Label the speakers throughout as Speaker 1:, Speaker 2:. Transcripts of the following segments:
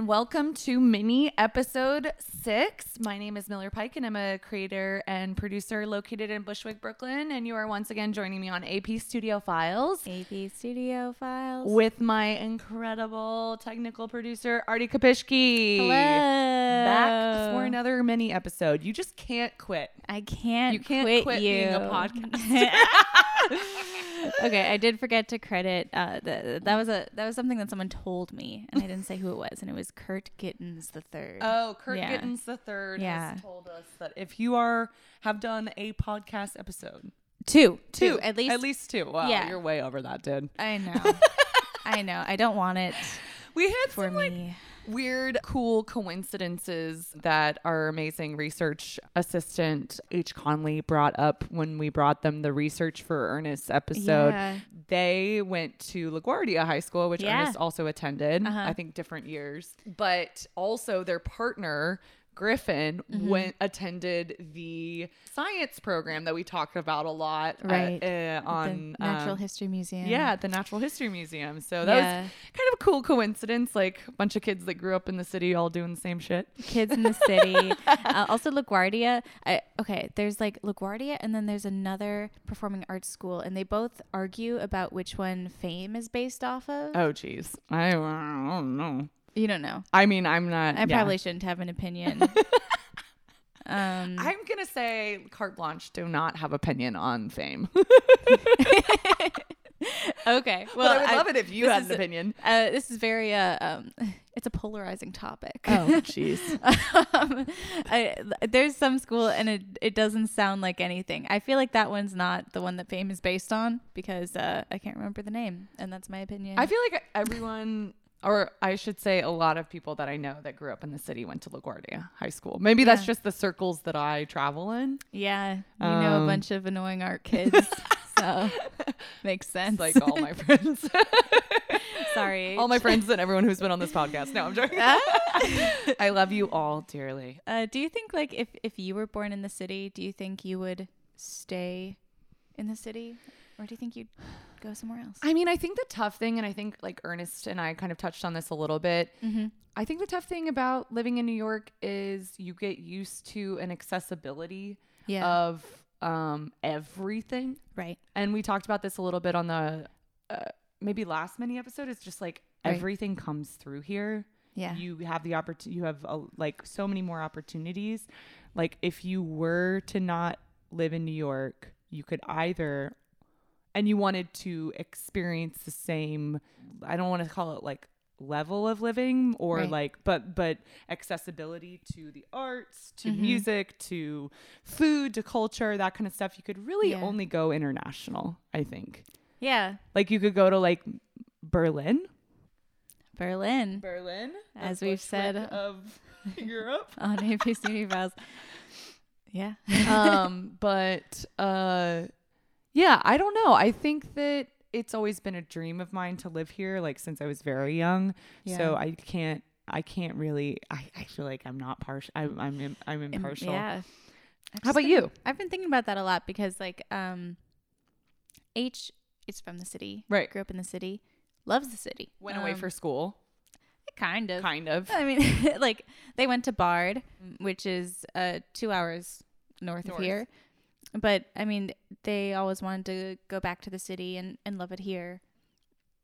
Speaker 1: welcome to mini episode six. My name is Miller Pike, and I'm a creator and producer located in Bushwick, Brooklyn. And you are once again joining me on AP Studio Files
Speaker 2: AP Studio Files.
Speaker 1: with my incredible technical producer, Artie Kapishki.
Speaker 2: Hello.
Speaker 1: Back for another mini episode. You just can't quit.
Speaker 2: I can't.
Speaker 1: You can't
Speaker 2: quit,
Speaker 1: quit
Speaker 2: you.
Speaker 1: being a podcast.
Speaker 2: okay, I did forget to credit. Uh, the, that was a that was something that someone told me, and I didn't say who it was, and it was Kurt Gittens the third.
Speaker 1: Oh, Kurt
Speaker 2: Yeah.
Speaker 1: Gittens the third
Speaker 2: Yeah.
Speaker 1: has told us that if you are have done a podcast episode,
Speaker 2: two, two, at least.
Speaker 1: at least two. Wow,
Speaker 2: Yeah.
Speaker 1: you're way over that, dude.
Speaker 2: I know. I know. I don't want it
Speaker 1: We had
Speaker 2: for
Speaker 1: some like
Speaker 2: me.
Speaker 1: weird, cool coincidences that our amazing research assistant H. Conley brought up when we brought them the research for Ernest's episode.
Speaker 2: Yeah.
Speaker 1: They went to LaGuardia High School, which
Speaker 2: Yeah. Uh-huh.
Speaker 1: Ernest also attended. I think different years, but also their partner. Griffin
Speaker 2: Mm-hmm.
Speaker 1: went attended the science program that we talked about a lot uh,
Speaker 2: Right.
Speaker 1: uh, on
Speaker 2: the Natural
Speaker 1: um,
Speaker 2: History Museum.
Speaker 1: yeah, at the Natural History Museum. So that
Speaker 2: Yeah.
Speaker 1: was kind of a cool coincidence, like a bunch of kids that grew up in the city all doing the same shit.
Speaker 2: kids in the city. uh, also, LaGuardia. I, okay, there's like LaGuardia, and then there's another performing arts school, and they both argue about which one fame is based off of.
Speaker 1: Oh, jeez. I, I don't know.
Speaker 2: You don't know.
Speaker 1: I mean, I'm not.
Speaker 2: I
Speaker 1: yeah.
Speaker 2: probably shouldn't have an opinion.
Speaker 1: I'm
Speaker 2: um,
Speaker 1: gonna say carte blanche. Do not have opinion on fame.
Speaker 2: okay. Well,
Speaker 1: but I would love it if you
Speaker 2: this
Speaker 1: had
Speaker 2: is
Speaker 1: an opinion.
Speaker 2: Uh, this is very. Uh, um, it's a polarizing topic.
Speaker 1: Oh. jeez.
Speaker 2: um, I, there's some school and it, it doesn't sound like anything. I feel like that one's not the one that fame is based on because uh, I can't remember the name, and that's my opinion.
Speaker 1: I feel like everyone. Or I should say, a lot of people that I know that grew up in the city went to LaGuardia High School. Maybe that's
Speaker 2: Yeah.
Speaker 1: just the circles that I travel in.
Speaker 2: yeah, we know
Speaker 1: Um,
Speaker 2: a bunch of annoying art kids, so makes sense.
Speaker 1: It's like all my friends,
Speaker 2: sorry,
Speaker 1: all my friends, and everyone who's been on this podcast. No, I'm joking. I love you all dearly.
Speaker 2: Uh, do you think like if if you were born in the city, do you think you would stay in the city, or do you think you'd go somewhere else?
Speaker 1: I mean, I think the tough thing, and I think like Ernest and I kind of touched on this a little bit. I think the tough thing about living in New York is you get used to an accessibility
Speaker 2: Yeah.
Speaker 1: of um, everything.
Speaker 2: right.
Speaker 1: And we talked about this a little bit on the uh, maybe last mini episode. It's just like
Speaker 2: Right.
Speaker 1: everything comes through here.
Speaker 2: Yeah.
Speaker 1: you have the opportunity you have uh, like so many more opportunities like if you were to not live in new york you could either and you wanted to experience the same i don't want to call it like level of living or
Speaker 2: Right.
Speaker 1: like but but accessibility to the arts to
Speaker 2: Mm-hmm.
Speaker 1: music to food to culture that kind of stuff you could really
Speaker 2: Yeah.
Speaker 1: only go international i think
Speaker 2: yeah.
Speaker 1: like you could go to like berlin
Speaker 2: Berlin
Speaker 1: Berlin,
Speaker 2: a As we've said.
Speaker 1: bushwick of Europe.
Speaker 2: on AP Studio Files. Yeah.
Speaker 1: um, but uh, yeah, I don't know. I think that it's always been a dream of mine to live here, like since I was very young.
Speaker 2: Yeah.
Speaker 1: So I can't. I can't really. I, I feel like I'm not partial. I'm I'm, im- I'm impartial.
Speaker 2: Yeah. I've
Speaker 1: How
Speaker 2: just
Speaker 1: about
Speaker 2: been-
Speaker 1: you?
Speaker 2: I've been thinking about that a lot because like um H is from the city.
Speaker 1: Right.
Speaker 2: Grew up in the city. Loves the city.
Speaker 1: Went away
Speaker 2: Um,
Speaker 1: for school,
Speaker 2: kind of.
Speaker 1: kind of.
Speaker 2: I mean, like they went to Bard, which is uh 2 hours north,
Speaker 1: North.
Speaker 2: of here. But I mean, they always wanted to go back to the city and and love it here.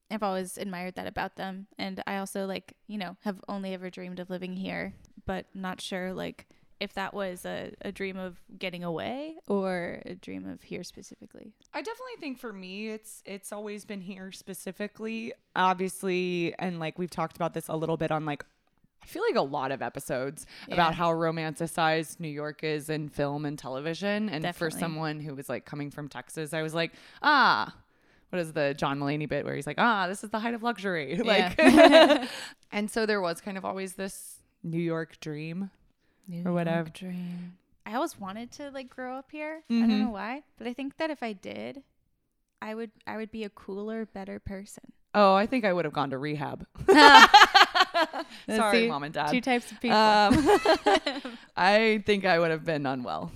Speaker 2: I've always admired that about them. And I also like, you know, have only ever dreamed of living here, but not sure like if that was a, a dream of getting away or a dream of here specifically.
Speaker 1: I definitely think for me it's it's always been here specifically. Obviously, and like we've talked about this a little bit on like I feel like a lot of episodes about
Speaker 2: Yeah.
Speaker 1: how romanticized New York is in film and television. And for
Speaker 2: Definitely.
Speaker 1: someone who was like coming from Texas, I was like, ah, what is the John Mulaney bit where he's like, ah, this is the height of luxury. Like And so there was kind of always this New York dream. Or whatever. York
Speaker 2: dream. I always wanted to like grow up here. I
Speaker 1: Mm-hmm.
Speaker 2: don't know why, but I think that if I did, I would I would be a cooler, better person.
Speaker 1: Oh, I think I would have gone to rehab. Sorry,
Speaker 2: see,
Speaker 1: mom and dad.
Speaker 2: Two types
Speaker 1: uh,
Speaker 2: of people.
Speaker 1: Um, I think I would have been unwell.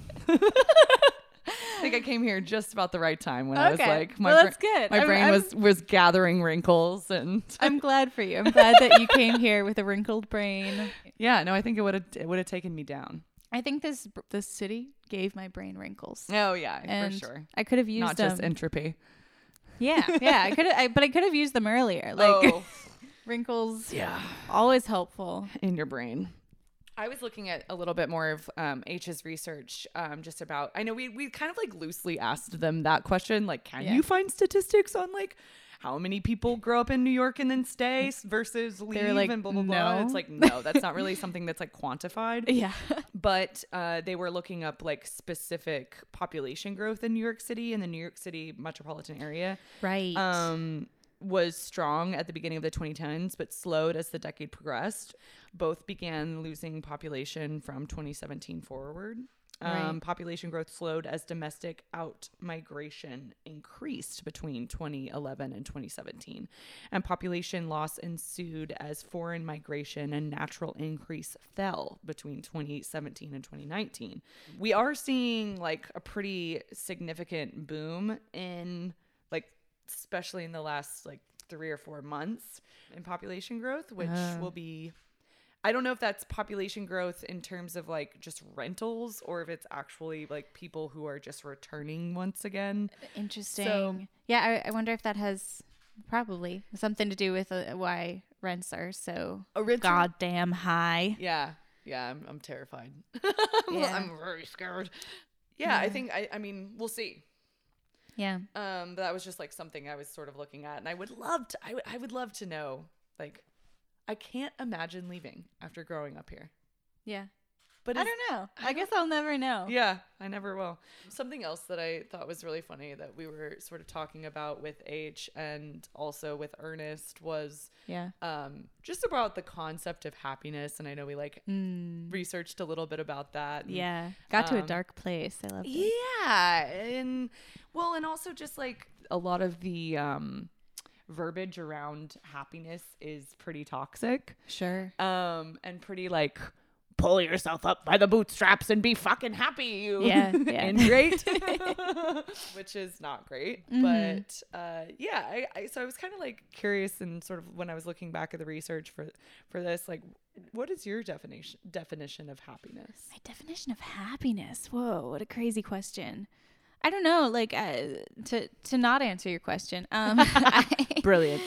Speaker 1: think I came here just about the right time when I was like, my,
Speaker 2: well,
Speaker 1: bra-
Speaker 2: that's good.
Speaker 1: my
Speaker 2: I'm-
Speaker 1: brain
Speaker 2: I'm-
Speaker 1: was was gathering wrinkles and
Speaker 2: I'm glad for you. I'm glad that you came here with a wrinkled brain.
Speaker 1: yeah. No, I think it would have it would have taken me down.
Speaker 2: I think this this city gave my brain wrinkles.
Speaker 1: Oh yeah,
Speaker 2: And
Speaker 1: for sure.
Speaker 2: I could have used
Speaker 1: Not
Speaker 2: them.
Speaker 1: just entropy.
Speaker 2: yeah, yeah. I could, I, but I could have used them earlier.
Speaker 1: Oh.
Speaker 2: Like wrinkles,
Speaker 1: yeah,
Speaker 2: always helpful.
Speaker 1: in your brain. I was looking at a little bit more of um, H's research, um, just about. I know we we kind of like loosely asked them that question, like, can
Speaker 2: Yeah.
Speaker 1: you find statistics on like how many people grow up in New York and then stay s- versus leave
Speaker 2: like,
Speaker 1: and blah blah blah.
Speaker 2: no.
Speaker 1: It's like no, that's not really something that's like quantified
Speaker 2: Yeah.
Speaker 1: but uh, they were looking up like specific population growth in New York City and the New York City metropolitan area
Speaker 2: Right.
Speaker 1: um, was strong at the beginning of the 2010s, but slowed as the decade progressed. Both began losing population from 2017 forward. Um,
Speaker 2: Right.
Speaker 1: Population growth slowed as domestic out migration increased between 2011 and 2017, and population loss ensued as foreign migration and natural increase fell between 2017 and 2019. We are seeing like a pretty significant boom in like especially in the last like three or four months in population growth, which
Speaker 2: Ah.
Speaker 1: will be. I don't know if that's population growth in terms of like just rentals or if it's actually like people who are just returning once again.
Speaker 2: Interesting. yeah, I, I wonder if that has probably something to do with uh, why rents are so goddamn high.
Speaker 1: Yeah. Yeah. I'm, I'm terrified. I'm,
Speaker 2: Yeah.
Speaker 1: I'm very scared. Yeah, I
Speaker 2: Yeah.
Speaker 1: think, I, I mean, we'll see.
Speaker 2: Yeah.
Speaker 1: Um, but that was just like something I was sort of looking at, and I would love to. I would- I would love to know. Like, I can't imagine leaving after growing up here.
Speaker 2: Yeah.
Speaker 1: But
Speaker 2: I
Speaker 1: it's-
Speaker 2: don't know. I guess I'll never know.
Speaker 1: Yeah, I never will. Something else that I thought was really funny that we were sort of talking about with H and also with Ernest was
Speaker 2: Yeah.
Speaker 1: um, just about the concept of happiness. And I know we like
Speaker 2: Mm.
Speaker 1: researched a little bit about that. and-
Speaker 2: Yeah. Got to a
Speaker 1: Um,
Speaker 2: dark place. I love it.
Speaker 1: Yeah. And well, and also just like a lot of the um, verbiage around happiness is pretty toxic
Speaker 2: Sure.
Speaker 1: um, and pretty like pull yourself up by the bootstraps and be fucking happy, you
Speaker 2: Yeah, yeah.
Speaker 1: ingrate, which is not great.
Speaker 2: Mm-hmm.
Speaker 1: But uh, yeah, I, I so I was kind of like curious and sort of when I was looking back at the research for for this, like, what is your definition definition of happiness?
Speaker 2: My definition of happiness. Whoa, what a crazy question. I don't know. Like uh, to to not answer your question. Um, I,
Speaker 1: Brilliant.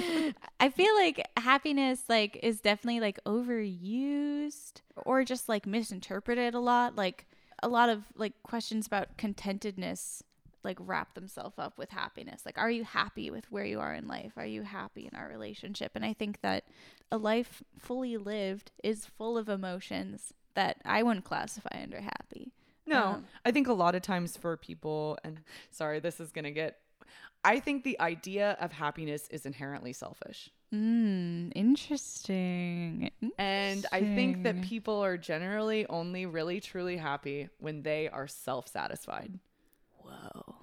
Speaker 2: I feel like happiness like is definitely like overused or just like misinterpreted a lot. Like a lot of like questions about contentedness like wrap themselves up with happiness. Like are you happy with where you are in life? Are you happy in our relationship? And I think that a life fully lived is full of emotions that I wouldn't classify under happy.
Speaker 1: No,
Speaker 2: Um,
Speaker 1: I think a lot of times for people, and sorry, this is gonna get. I think the idea of happiness is inherently selfish.
Speaker 2: Mm, interesting.
Speaker 1: And I think that
Speaker 2: Interesting.
Speaker 1: people are generally only really truly happy when they are self satisfied.
Speaker 2: Whoa.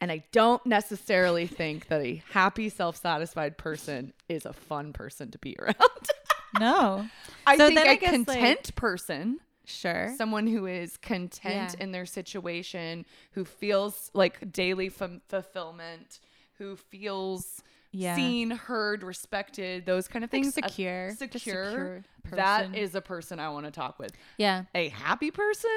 Speaker 1: And I don't necessarily think that a happy, self satisfied person is a fun person to be around.
Speaker 2: No.
Speaker 1: I
Speaker 2: So
Speaker 1: think
Speaker 2: then
Speaker 1: a
Speaker 2: I guess, like-
Speaker 1: content person,
Speaker 2: Sure.
Speaker 1: someone who is content
Speaker 2: Yeah.
Speaker 1: in their situation, who feels like daily f- fulfillment, who feels
Speaker 2: Yeah.
Speaker 1: seen, heard, respected, those kind of
Speaker 2: Like
Speaker 1: things. a
Speaker 2: secure. just
Speaker 1: Secure.
Speaker 2: secure
Speaker 1: That
Speaker 2: person.
Speaker 1: is a person I want to talk with.
Speaker 2: Yeah.
Speaker 1: a happy person?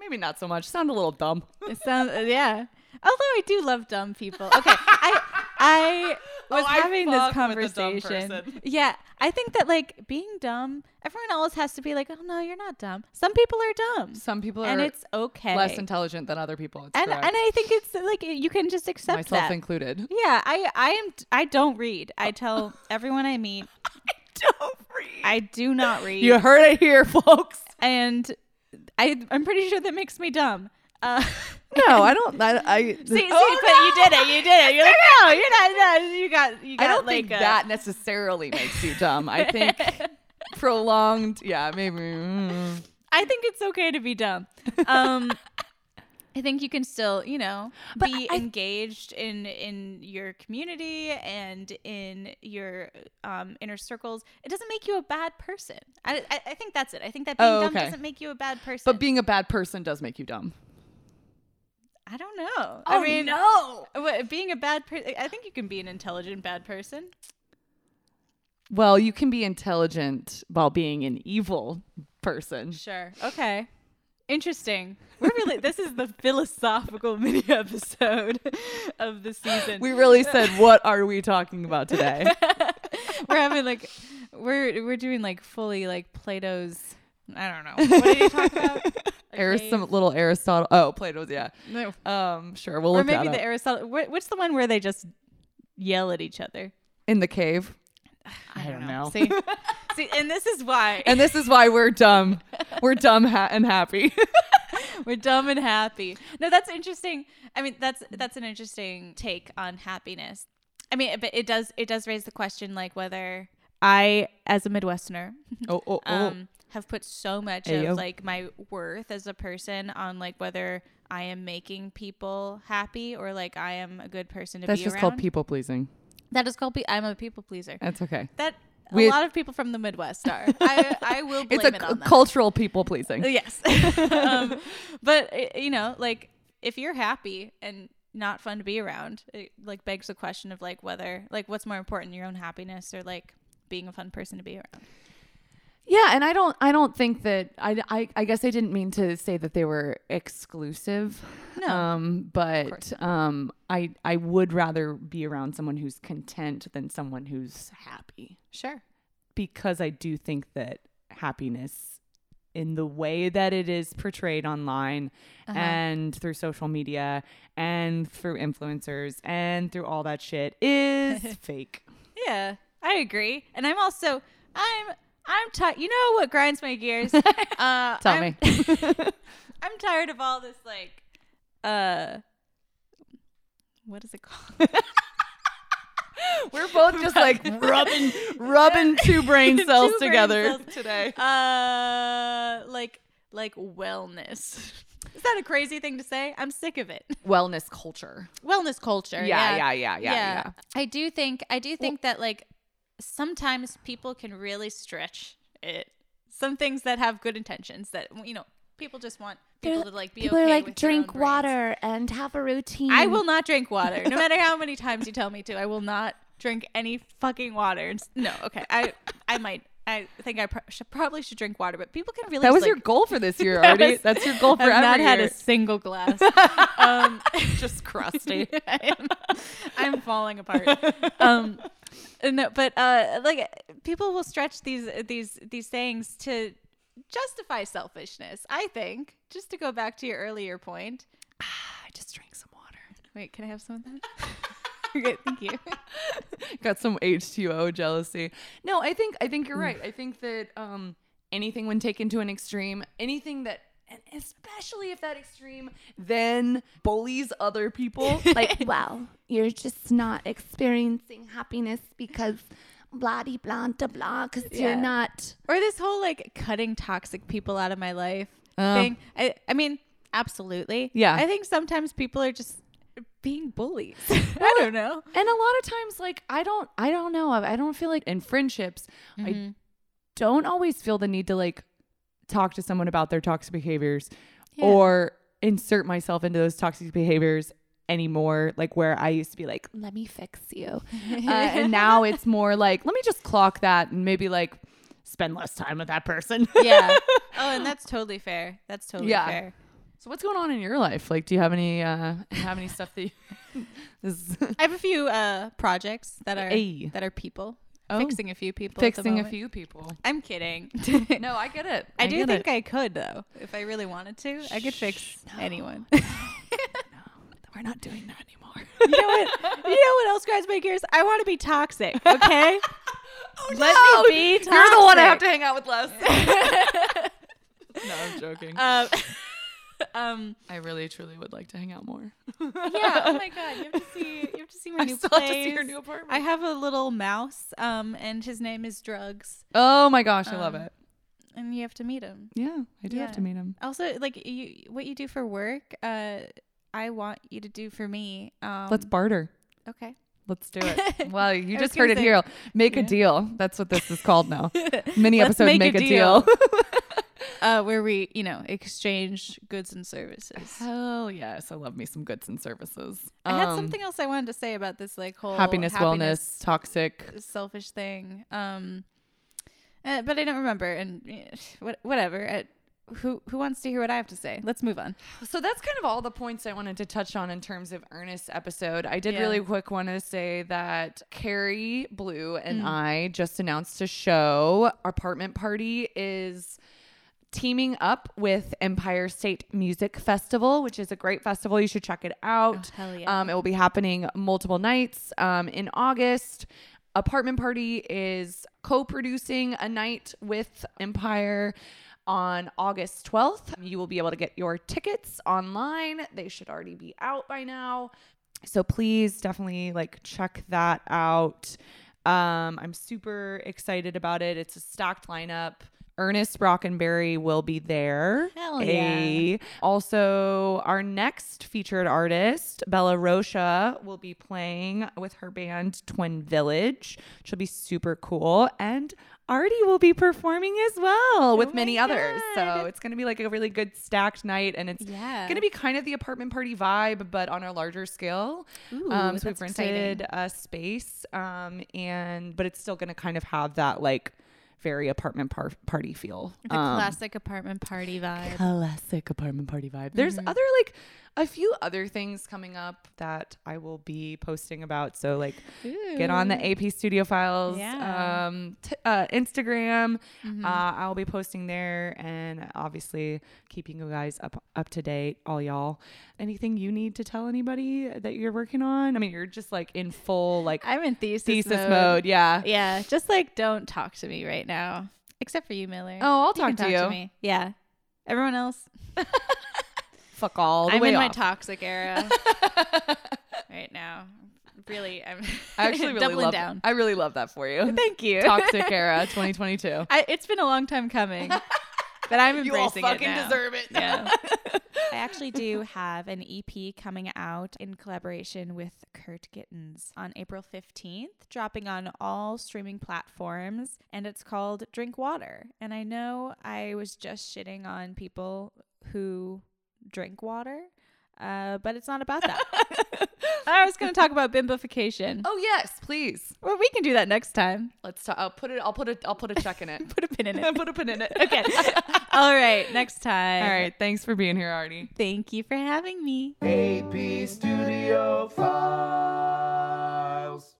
Speaker 1: Maybe not so much. Sound a little dumb.
Speaker 2: It sounds uh, yeah. Although I do love dumb people. Okay. I I was
Speaker 1: Oh, I
Speaker 2: having this
Speaker 1: fuck with a dumb
Speaker 2: conversation.
Speaker 1: person.
Speaker 2: Yeah. I think that like being dumb, everyone always has to be like, "Oh no, you're not dumb." Some people are dumb.
Speaker 1: Some people are
Speaker 2: and it's okay.
Speaker 1: less intelligent than other people. It's
Speaker 2: and
Speaker 1: correct.
Speaker 2: and I think it's like you can just accept
Speaker 1: myself
Speaker 2: that.
Speaker 1: included.
Speaker 2: yeah, I I am I don't read. I tell everyone I meet
Speaker 1: Don't read.
Speaker 2: I do not read.
Speaker 1: You heard it here, folks.
Speaker 2: and I I'm pretty sure that makes me dumb. Uh
Speaker 1: No, I don't. I, I Oh,
Speaker 2: See, see, but you did it. You did it. You're like, no, you're not. No, you got. You got
Speaker 1: I don't
Speaker 2: like
Speaker 1: think
Speaker 2: a-
Speaker 1: that necessarily makes you dumb. I think prolonged. Yeah, maybe. mm.
Speaker 2: I think it's okay to be dumb. Um, I think you can still, you know, be engaged in in your community and in your um, inner circles. It doesn't make you a bad person. I I, I think that's it. I think that being
Speaker 1: Oh,
Speaker 2: dumb
Speaker 1: okay.
Speaker 2: doesn't make you a bad person.
Speaker 1: But being a bad person does make you dumb.
Speaker 2: I don't know. Oh,
Speaker 3: Oh
Speaker 2: I mean,
Speaker 3: no!
Speaker 2: what- being a bad person, I think you can be an intelligent bad person.
Speaker 1: Well, you can be intelligent while being an evil person.
Speaker 2: Sure. Okay. Interesting. We're really this is the philosophical mini episode of the season.
Speaker 1: We really said, what are we talking about today?
Speaker 2: we're having like we're we're doing like fully like Plato's I don't know. What did you talk about?
Speaker 1: Aris- some little Aristotle. Oh, Plato's. Yeah.
Speaker 2: No.
Speaker 1: Um, sure. We'll
Speaker 2: Or
Speaker 1: look
Speaker 2: maybe
Speaker 1: that
Speaker 2: the
Speaker 1: up.
Speaker 2: Aristotle. wh- What's the one where they just yell at each other?
Speaker 1: in the cave. I don't know.
Speaker 2: See, see, and this is why
Speaker 1: And this is why we're dumb. We're dumb ha- and happy.
Speaker 2: We're dumb and happy. No, that's interesting. I mean, that's that's an interesting take on happiness. I mean, but it does it does raise the question like whether I, as a Midwesterner,
Speaker 1: oh, oh, oh.
Speaker 2: um, have put so much
Speaker 1: Ayo.
Speaker 2: of like my worth as a person on like whether I am making people happy or like I am a good person to
Speaker 1: That's
Speaker 2: be
Speaker 1: just
Speaker 2: around.
Speaker 1: called Uh, people pleasing.
Speaker 2: that is called. Pe- I'm a people pleaser.
Speaker 1: That's okay.
Speaker 2: That
Speaker 1: We-
Speaker 2: a lot of people from the Midwest are. I I will blame
Speaker 1: It's a
Speaker 2: it
Speaker 1: c-
Speaker 2: on them. Uh,
Speaker 1: cultural people pleasing.
Speaker 2: Yes. um, but, uh, you know, like if you're happy and not fun to be around, it like begs the question of like whether, like what's more important, your own happiness or like being a fun person to be around.
Speaker 1: Yeah, and I don't I don't think that I, I I guess I didn't mean to say that they were exclusive.
Speaker 2: No.
Speaker 1: Um
Speaker 2: course
Speaker 1: but um I I would rather be around someone who's content than someone who's happy
Speaker 2: Sure.
Speaker 1: because I do think that happiness in the way that it is portrayed online
Speaker 2: Uh-huh.
Speaker 1: and through social media and through influencers and through all that shit is fake.
Speaker 2: Yeah, I agree. And I'm also, I'm, I'm tired. You know what grinds my gears? Uh,
Speaker 1: Tell
Speaker 2: I'm,
Speaker 1: me.
Speaker 2: I'm tired of all this like, uh, what is it called?
Speaker 1: We're both just like rubbing rubbing two brain
Speaker 2: Two
Speaker 1: cells
Speaker 2: brain
Speaker 1: together
Speaker 2: cells.
Speaker 1: today.
Speaker 2: Uh, like like wellness. Is that a crazy thing to say? I'm sick of it.
Speaker 1: Wellness culture.
Speaker 2: Wellness culture.
Speaker 1: Yeah, yeah, yeah, yeah, yeah.
Speaker 2: I do think I do think that like sometimes people can really stretch it. Some things that have good intentions that you know people just want people to like be
Speaker 3: People
Speaker 2: okay
Speaker 3: are like,
Speaker 2: with their own
Speaker 3: drink
Speaker 2: brains."
Speaker 3: water and have a routine.
Speaker 2: I will not drink water, no matter how many times you tell me to. I will not drink any fucking water. It's- No, okay. I I might. I think I pro- should, probably should drink water, but people can really.
Speaker 1: That
Speaker 2: just,
Speaker 1: was
Speaker 2: like,
Speaker 1: your goal for this year already.
Speaker 2: was-
Speaker 1: That's your goal for
Speaker 2: I've
Speaker 1: every
Speaker 2: not had
Speaker 1: year.
Speaker 2: a single glass. um,
Speaker 1: just crusty.
Speaker 2: I am, I'm falling apart. Um, no, but uh, like people will stretch these these these sayings to justify selfishness. I think just to go back to your earlier point.
Speaker 1: I just drank some water.
Speaker 2: Wait, can I have some of that? okay, thank you.
Speaker 1: Got some H2O jealousy. No, I think I
Speaker 2: Mm.
Speaker 1: think you're right. I think that um, anything when taken to an extreme, anything that and especially if that extreme then bullies other people, like
Speaker 3: like, wow, you're just not experiencing happiness because blah de blah de blah because
Speaker 2: Yeah.
Speaker 3: you're not.
Speaker 2: Or this whole like cutting toxic people out of my life
Speaker 1: Oh.
Speaker 2: thing. I I mean, absolutely.
Speaker 1: Yeah.
Speaker 2: I think sometimes people are just being bullies. I don't know.
Speaker 1: and a lot of times like i don't i don't know i I don't feel like in friendships i don't always feel the need to like talk to someone about their toxic behaviors
Speaker 2: Yeah.
Speaker 1: or insert myself into those toxic behaviors anymore like where i used to be like
Speaker 3: Let me fix you.
Speaker 1: uh, and now it's more like let me just clock that and maybe like spend less time with that person
Speaker 2: yeah. Oh, and that's totally fair. That's totally
Speaker 1: Yeah.
Speaker 2: fair.
Speaker 1: so what's going on in your life like do you have any uh have any stuff that you this is
Speaker 2: I have a few uh, projects that are
Speaker 1: Hey.
Speaker 2: that are people
Speaker 1: Oh.
Speaker 2: fixing a few people. at the
Speaker 1: fixing a
Speaker 2: moment.
Speaker 1: few people
Speaker 2: I'm kidding.
Speaker 1: no i get it
Speaker 2: I, do
Speaker 1: get
Speaker 2: think
Speaker 1: it.
Speaker 2: I could though, if I really wanted to. I could fix anyone.
Speaker 1: we're not doing that anymore
Speaker 2: You know what? You know what else grinds my gears? I want to be toxic. Okay. Let
Speaker 1: no!
Speaker 2: me be toxic.
Speaker 1: You're the one I have to hang out with less. no, I'm joking.
Speaker 2: Um, um,
Speaker 1: I really, truly would like to hang out more.
Speaker 2: yeah. Oh my god, you have to see. You have to see my
Speaker 1: I
Speaker 2: new
Speaker 1: still
Speaker 2: place.
Speaker 1: have to see your new apartment.
Speaker 2: I have a little mouse, um, and his name is Drugs,
Speaker 1: oh my gosh, I love
Speaker 2: Um,
Speaker 1: it.
Speaker 2: and you have to meet him.
Speaker 1: Yeah, I do have to
Speaker 2: yeah.
Speaker 1: meet him.
Speaker 2: Also, like you, what you do for work, uh, I want you to do for me. Um,
Speaker 1: Let's barter.
Speaker 2: okay.
Speaker 1: Let's do it. Well, you
Speaker 2: I was
Speaker 1: just heard
Speaker 2: gonna
Speaker 1: it
Speaker 2: say-
Speaker 1: here. Make a
Speaker 2: Yeah.
Speaker 1: deal. That's what this is called now. Mini
Speaker 2: Let's
Speaker 1: episode. Make, a, deal.
Speaker 2: uh, where we, you know, exchange goods and services.
Speaker 1: Hell Oh, yes, I love me some goods and services.
Speaker 2: I had
Speaker 1: Um,
Speaker 2: something else I wanted to say about this like whole
Speaker 1: happiness, wellness, toxic.
Speaker 2: wellness, selfish thing. Um, uh, but I don't remember, and eh, what, whatever. I, who who wants to hear what I have to say? Let's move on.
Speaker 1: So that's kind of all the points I wanted to touch on in terms of Ernest's episode. I did
Speaker 2: Yeah.
Speaker 1: really quick want to say that Carrie Blue and I just announced a show. Our apartment party is teaming up with Empire State Music Festival, which is a great festival. You should check it out.
Speaker 2: Oh, hell yeah.
Speaker 1: Um, it will be happening multiple nights um, in August. Apartment Party is co producing a night with Empire on August 12th. You will be able to get your tickets online. They should already be out by now. So please definitely like check that out. Um, I'm super excited about it. It's a stacked lineup. Ernest Brockenberry will be there.
Speaker 2: Hell
Speaker 1: Hey. Also, our next featured artist, Bella Rocha, will be playing with her band Twin Village. She'll be super cool. And Artie will be performing as well with
Speaker 2: Oh my
Speaker 1: many others. So
Speaker 2: God.
Speaker 1: it's going to be like a really good stacked night. And it's
Speaker 2: Yeah.
Speaker 1: going to be kind of the apartment party vibe, but on a larger scale. um,
Speaker 2: Ooh,
Speaker 1: so we've
Speaker 2: that's
Speaker 1: rented a space, um, and but it's still going to kind of have that like very apartment par- party feel.
Speaker 2: The
Speaker 1: Um,
Speaker 2: classic apartment party vibe.
Speaker 1: classic apartment party vibe. There's
Speaker 2: Mm-hmm.
Speaker 1: other like a few other things coming up that I will be posting about. So like get on the AP Studio Files
Speaker 2: Yeah. Mm-hmm.
Speaker 1: um, t- uh, Instagram. Uh, I'll be posting there and obviously keeping you guys up up to date, all y'all. Anything you need to tell anybody that you're working on? I mean, you're just like in full like
Speaker 2: I'm in thesis,
Speaker 1: thesis mode.
Speaker 2: mode.
Speaker 1: Yeah.
Speaker 2: Yeah, just like don't talk to me right now, except for you, Miller.
Speaker 1: Oh, I'll
Speaker 2: You can
Speaker 1: talk to you.
Speaker 2: me. Yeah, everyone else.
Speaker 1: Fuck all the
Speaker 2: I'm
Speaker 1: way
Speaker 2: in my
Speaker 1: off.
Speaker 2: toxic era right now. Really, I'm.
Speaker 1: I actually really
Speaker 2: doubling
Speaker 1: love.
Speaker 2: down.
Speaker 1: I really love that for you.
Speaker 2: Thank you.
Speaker 1: Toxic era 2022.
Speaker 2: I, it's been a long time coming, but I'm embracing it now.
Speaker 1: it.
Speaker 2: Yeah. I actually do have an EP coming out in collaboration with Kurt Gittens on April 15th, dropping on all streaming platforms, and it's called Drink Water. And I know I was just shitting on people who drink water, uh, but it's not about that. I was going to talk about bimbofication.
Speaker 1: Oh yes, please.
Speaker 2: Well, we can do that next time.
Speaker 1: Let's. Talk, I'll put it. I'll put a. I'll put a check in it.
Speaker 2: Put a pin in it.
Speaker 1: put a pin in it.
Speaker 2: Okay. All right. Next
Speaker 1: All
Speaker 2: time.
Speaker 1: right. Thanks for being here, Artie.
Speaker 2: Thank you for having me.
Speaker 4: AP Studio Files.